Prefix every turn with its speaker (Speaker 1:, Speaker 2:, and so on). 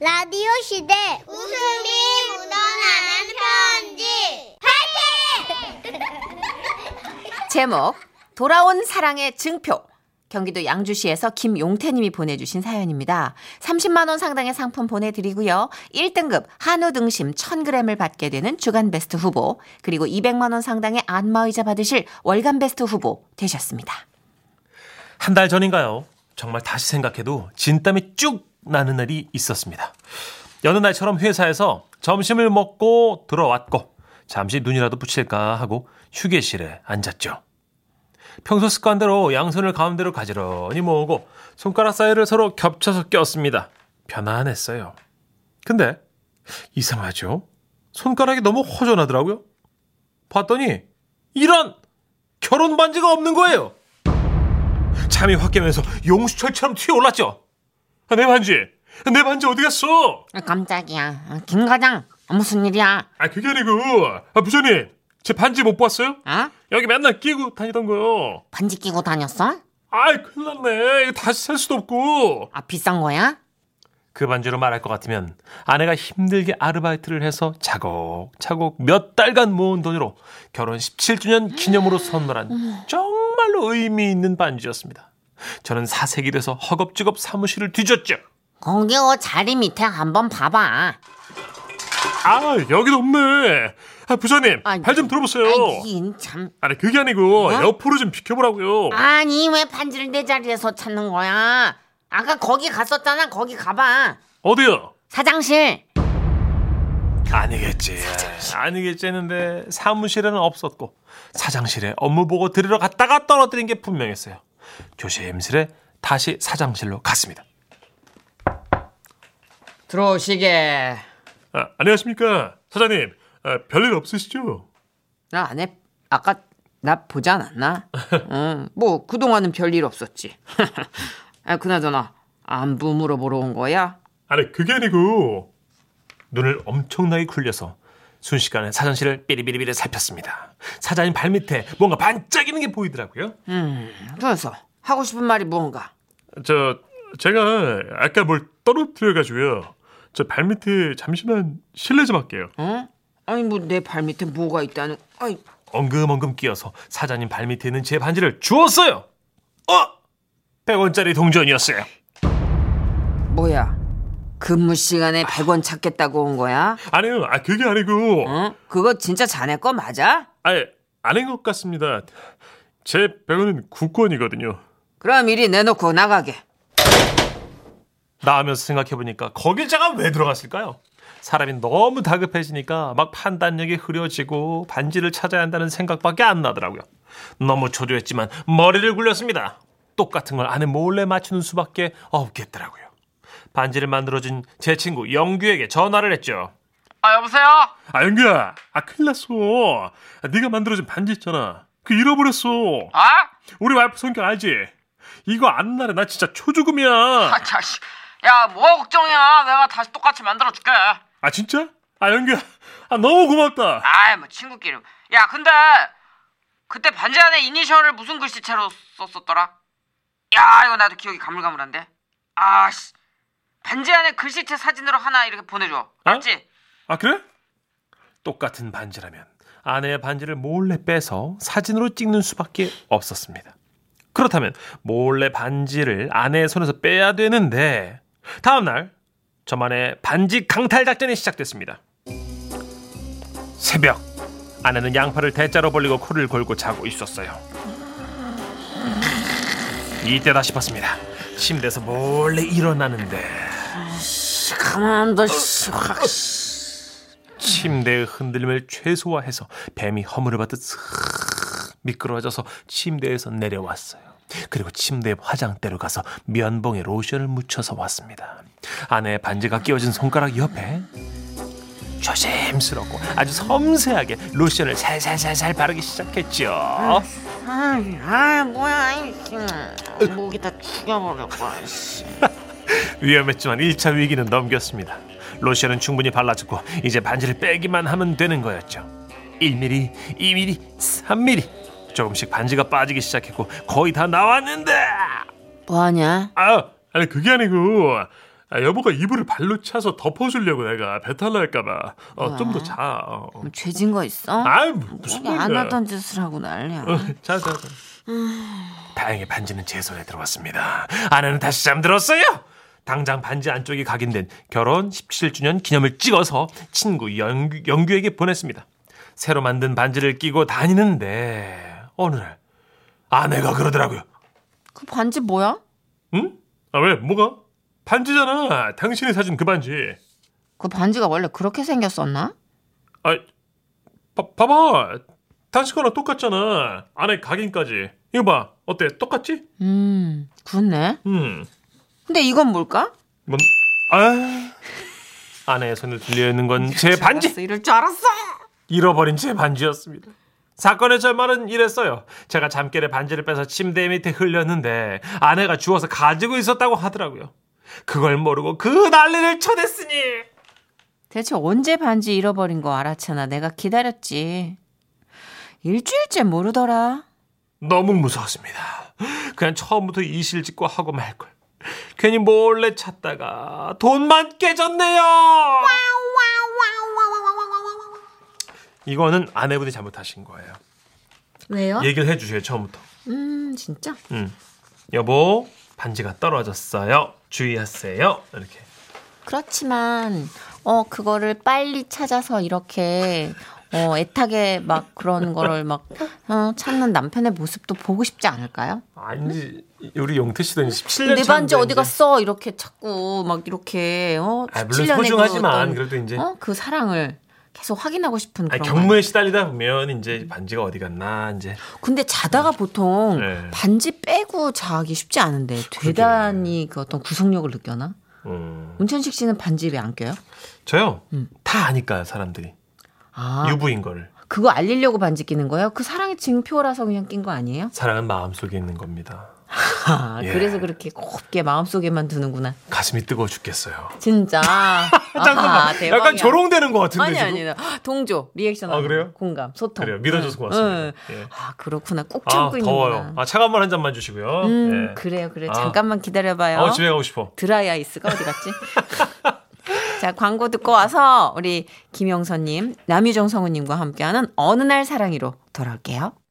Speaker 1: 라디오 시대 웃음이 묻어나는 편지
Speaker 2: 제목 돌아온 사랑의 증표 경기도 양주시에서 김용태님이 보내주신 사연입니다. 30만 원 상당의 상품 보내드리고요. 1등급 한우 등심 1,000g을 받게 되는 주간 베스트 후보 그리고 200만 원 상당의 안마의자 받으실 월간 베스트 후보 되셨습니다.
Speaker 3: 한 달 전인가요? 정말 다시 생각해도 진땀이 쭉 나는 날이 있었습니다. 여느 날처럼 회사에서 점심을 먹고 들어왔고 잠시 눈이라도 붙일까 하고 휴게실에 앉았죠. 평소 습관대로 양손을 가운데로 가지런히 모으고 손가락 사이를 서로 겹쳐서 꼈습니다. 편안했어요. 근데 이상하죠? 손가락이 너무 허전하더라고요. 봤더니 이런 결혼 반지가 없는 거예요. 잠이 확 깨면서 용수철처럼 튀어올랐죠. 아, 내 반지, 내 반지 어디 갔어?
Speaker 2: 깜짝이야. 김 과장 무슨 일이야?
Speaker 3: 아 그게 아니고, 아 부장님, 제 반지 못 봤어요?
Speaker 2: 어?
Speaker 3: 여기 맨날 끼고 다니던 거요.
Speaker 2: 반지 끼고 다녔어?
Speaker 3: 아이 큰일 났네. 이거 다시 살 수도 없고.
Speaker 2: 아 비싼 거야?
Speaker 3: 그 반지로 말할 것 같으면 아내가 힘들게 아르바이트를 해서 차곡차곡 몇 달간 모은 돈으로 결혼 17주년 기념으로 선물한 정말로 의미 있는 반지였습니다. 저는 사색이 돼서 허겁지겁 사무실을 뒤졌죠.
Speaker 2: 거기 오 자리 밑에 한번 봐봐.
Speaker 3: 아 여기도 없네. 아 부장님
Speaker 2: 아이,
Speaker 3: 발 좀 들어보세요.
Speaker 2: 아이 참.
Speaker 3: 아니 그게 아니고
Speaker 2: 어?
Speaker 3: 옆으로 좀 비켜보라고요.
Speaker 2: 아니 왜 반지를 내 자리에서 찾는 거야? 아까 거기 갔었잖아. 거기 가봐.
Speaker 3: 어디요?
Speaker 2: 사장실.
Speaker 3: 아니겠지. 아니겠지 했는데 사무실에는 없었고 사장실에 업무 보고 들으러 갔다가 떨어뜨린 게 분명했어요. 조심스레 다시 사장실로 갔습니다.
Speaker 2: 들어오시게.
Speaker 3: 아, 안녕하십니까 사장님. 아, 별일 없으시죠?
Speaker 2: 나 안 해. 아까 나 보지 않았나? 응. 뭐 그동안은 별일 없었지. 아, 그나저나 안부 물어보러 온 거야?
Speaker 3: 아니 그게 아니고 눈을 엄청나게 굴려서 순식간에 사장실을 삐리비리비리 살폈습니다. 사장님 발밑에 뭔가 반짝이는 게 보이더라고요.
Speaker 2: 그래서 하고 싶은 말이 뭔가?
Speaker 3: 저 제가 아까 뭘 떨어뜨려가지고요. 저 발밑에 잠시만 실례 좀 할게요.
Speaker 2: 응? 아니 뭐 내 발밑에 뭐가 있다는? 아이
Speaker 3: 엉금엉금 끼어서 사장님 발밑에 있는 제 반지를 주웠어요. 어? 100원짜리 동전이었어요.
Speaker 2: 뭐야? 근무 시간에 100원 찾겠다고 온 거야?
Speaker 3: 아니요, 아 그게 아니고,
Speaker 2: 응? 그거 진짜 자네 거 맞아?
Speaker 3: 아니 아닌 것 같습니다. 제 100원은 국권이거든요.
Speaker 2: 그럼 이리 내놓고 나가게.
Speaker 3: 나하면서 생각해보니까 거길 자가 왜 들어갔을까요? 사람이 너무 다급해지니까 막 판단력이 흐려지고 반지를 찾아야 한다는 생각밖에 안 나더라고요. 너무 초조했지만 머리를 굴렸습니다. 똑같은 걸 아내 몰래 맞추는 수밖에 없겠더라고요. 반지를 만들어준 제 친구 영규에게 전화를 했죠.
Speaker 2: 아 여보세요?
Speaker 3: 아 영규야, 아 큰일 났어. 아, 네가 만들어준 반지 있잖아. 그 잃어버렸어.
Speaker 2: 아?
Speaker 3: 우리 와이프 성격 알지? 이거 안 날에 나 진짜 초조금이야.
Speaker 2: 아 자식. 야 뭐가 걱정이야? 내가 다시 똑같이 만들어줄게.
Speaker 3: 아 진짜? 아 연규야 아 너무 고맙다
Speaker 2: 아이 뭐 친구끼리. 야 근데 그때 반지 안에 이니셜을 무슨 글씨체로 썼었더라? 야 이거 나도 기억이 가물가물한데. 아씨. 반지 안에 글씨체 사진으로 하나 이렇게 보내줘. 알지?
Speaker 3: 아 그래? 똑같은 반지라면 아내의 반지를 몰래 빼서 사진으로 찍는 수밖에 없었습니다 그렇다면 몰래 반지를 아내의 손에서 빼야 되는데 다음날 저만의 반지 강탈 작전이 시작됐습니다 새벽 아내는 양팔을 대자로 벌리고 코를 골고 자고 있었어요 이때다 싶었습니다 침대에서 몰래 일어나는데
Speaker 2: 가만 너 씨.
Speaker 3: 침대의 흔들림을 최소화해서 뱀이 허물을 받듯 스르르 미끄러져서 침대에서 내려왔어요. 그리고 침대 화장대로 가서 면봉에 로션을 묻혀서 왔습니다. 아내의 반지가 끼워진 손가락 옆에 조심스럽고 아주 섬세하게 로션을 살살살살 바르기 시작했죠.
Speaker 2: 아이, 아이 뭐야 이 목이 다 죽여버려 거야. 씨.
Speaker 3: 위험했지만 1차 위기는 넘겼습니다. 로션은 충분히 발라주고 이제 반지를 빼기만 하면 되는 거였죠. 1mm, 2mm, 3mm 조금씩 반지가 빠지기 시작했고 거의 다 나왔는데
Speaker 2: 뭐하냐?
Speaker 3: 아 아니 그게 아니고
Speaker 4: 아, 여보가 이불을 발로 차서 덮어주려고 내가 배탈 날까봐 어, 좀 더 자. 어.
Speaker 5: 뭐 죄진 거 있어?
Speaker 4: 아 무슨
Speaker 5: 이게 안
Speaker 4: 소리야.
Speaker 5: 하던 짓을 하고 난리야.
Speaker 4: 어, 자, 자, 자.
Speaker 3: 다행히 반지는 제 손에 들어왔습니다. 아내는 다시 잠들었어요. 당장 반지 안쪽이 각인된 결혼 17주년 기념을 찍어서 친구 영규, 영규에게 보냈습니다. 새로 만든 반지를 끼고 다니는데 어느 날 아내가 그러더라고요.
Speaker 5: 그 반지 뭐야?
Speaker 4: 응? 아 왜? 뭐가? 반지잖아. 당신이 사준 그 반지.
Speaker 5: 그 반지가 원래 그렇게 생겼었나?
Speaker 4: 아, 봐, 봐봐. 당신 거랑 똑같잖아. 안에 각인까지. 이거 봐. 어때? 똑같지?
Speaker 5: 음, 그렇네.
Speaker 4: 음.
Speaker 5: 근데 이건 뭘까?
Speaker 4: 뭔? 아.
Speaker 3: 아내의 손에 들려 있는 건 제 반지.
Speaker 5: 알았어, 이럴 줄 알았어.
Speaker 3: 잃어버린 제 반지였습니다. 사건의 절말은 이랬어요. 제가 잠결에 반지를 빼서 침대 밑에 흘렸는데 아내가 주워서 가지고 있었다고 하더라고요. 그걸 모르고 그 난리를 쳐댔으니
Speaker 5: 대체 언제 반지 잃어버린 거 알았잖아. 내가 기다렸지. 일주일째 모르더라.
Speaker 3: 너무 무서웠습니다. 그냥 처음부터 이실직고 하고 말걸. 괜히 몰래 찾다가 돈만 깨졌네요. 이거는 아내분이 잘못하신 거예요.
Speaker 5: 왜요?
Speaker 4: 예.
Speaker 3: 얘기를 해주세요 처음부터.
Speaker 5: 음, 진짜?
Speaker 3: 여보 반지가 떨어졌어요. 주의하세요. 이렇게.
Speaker 5: 그렇지만 어 그거를 빨리 찾아서 이렇게 어 애타게 막 그런 거를 막 어, 찾는 남편의 모습도 보고 싶지 않을까요?
Speaker 3: 아니지 우리 용태 씨도 17년
Speaker 5: 내 반지 어디
Speaker 3: 차인데
Speaker 5: 갔어? 이렇게 자꾸 막 이렇게 어
Speaker 3: 아, 물론
Speaker 5: 17년의 그
Speaker 3: 소중하지만
Speaker 5: 어떤,
Speaker 3: 그래도 이제-
Speaker 5: 어? 그 사랑을 계속 확인하고 싶은
Speaker 3: 아니,
Speaker 5: 그런 거
Speaker 3: 경무에 시달리다 보면 이제 반지가 어디 갔나 이제
Speaker 5: 근데 자다가 보통
Speaker 3: 네.
Speaker 5: 반지 빼고 자기 쉽지 않은데 대단히 그 어떤 구속력을 느껴나?
Speaker 3: 음.
Speaker 5: 문천식 씨는 반지 왜 안 껴요?
Speaker 3: 저요 다 아니까요 사람들이
Speaker 5: 음. 아
Speaker 3: 유부인 거를
Speaker 5: 그거 알리려고 반지 끼는 거예요? 그 사랑의 증표라서 그냥 낀 거 아니에요?
Speaker 3: 사랑은 마음 속에 있는 겁니다
Speaker 5: 아,
Speaker 3: 예.
Speaker 5: 그래서 그렇게 곱게 마음속에만 두는구나.
Speaker 3: 가슴이 뜨거워 죽겠어요
Speaker 5: 진짜. 아하,
Speaker 3: 잠깐만
Speaker 5: 대박이야.
Speaker 3: 약간 조롱되는 것 같은데
Speaker 5: 아니
Speaker 3: 지금
Speaker 5: 아니 아니. 동조 리액션
Speaker 3: 아,
Speaker 5: 하는 거.
Speaker 3: 그래요?
Speaker 5: 공감 소통.
Speaker 3: 그래요 믿어줘서
Speaker 5: 응.
Speaker 3: 고맙습니다 예.
Speaker 5: 아 그렇구나. 꼭
Speaker 3: 아
Speaker 5: 참고
Speaker 3: 더워요
Speaker 5: 있는구나.
Speaker 3: 아 차가운 물 한 잔만 주시고요
Speaker 5: 어. 음
Speaker 3: 예.
Speaker 5: 그래요 그래 요
Speaker 3: 아.
Speaker 5: 잠깐만 기다려봐요.
Speaker 3: 아 집에 가고 싶어
Speaker 5: 드라이 아이스가 어디 갔지? 자 광고 듣고 와서 우리 김영선님 남유정 성우님과 함께하는 어느 날 사랑이로 돌아올게요.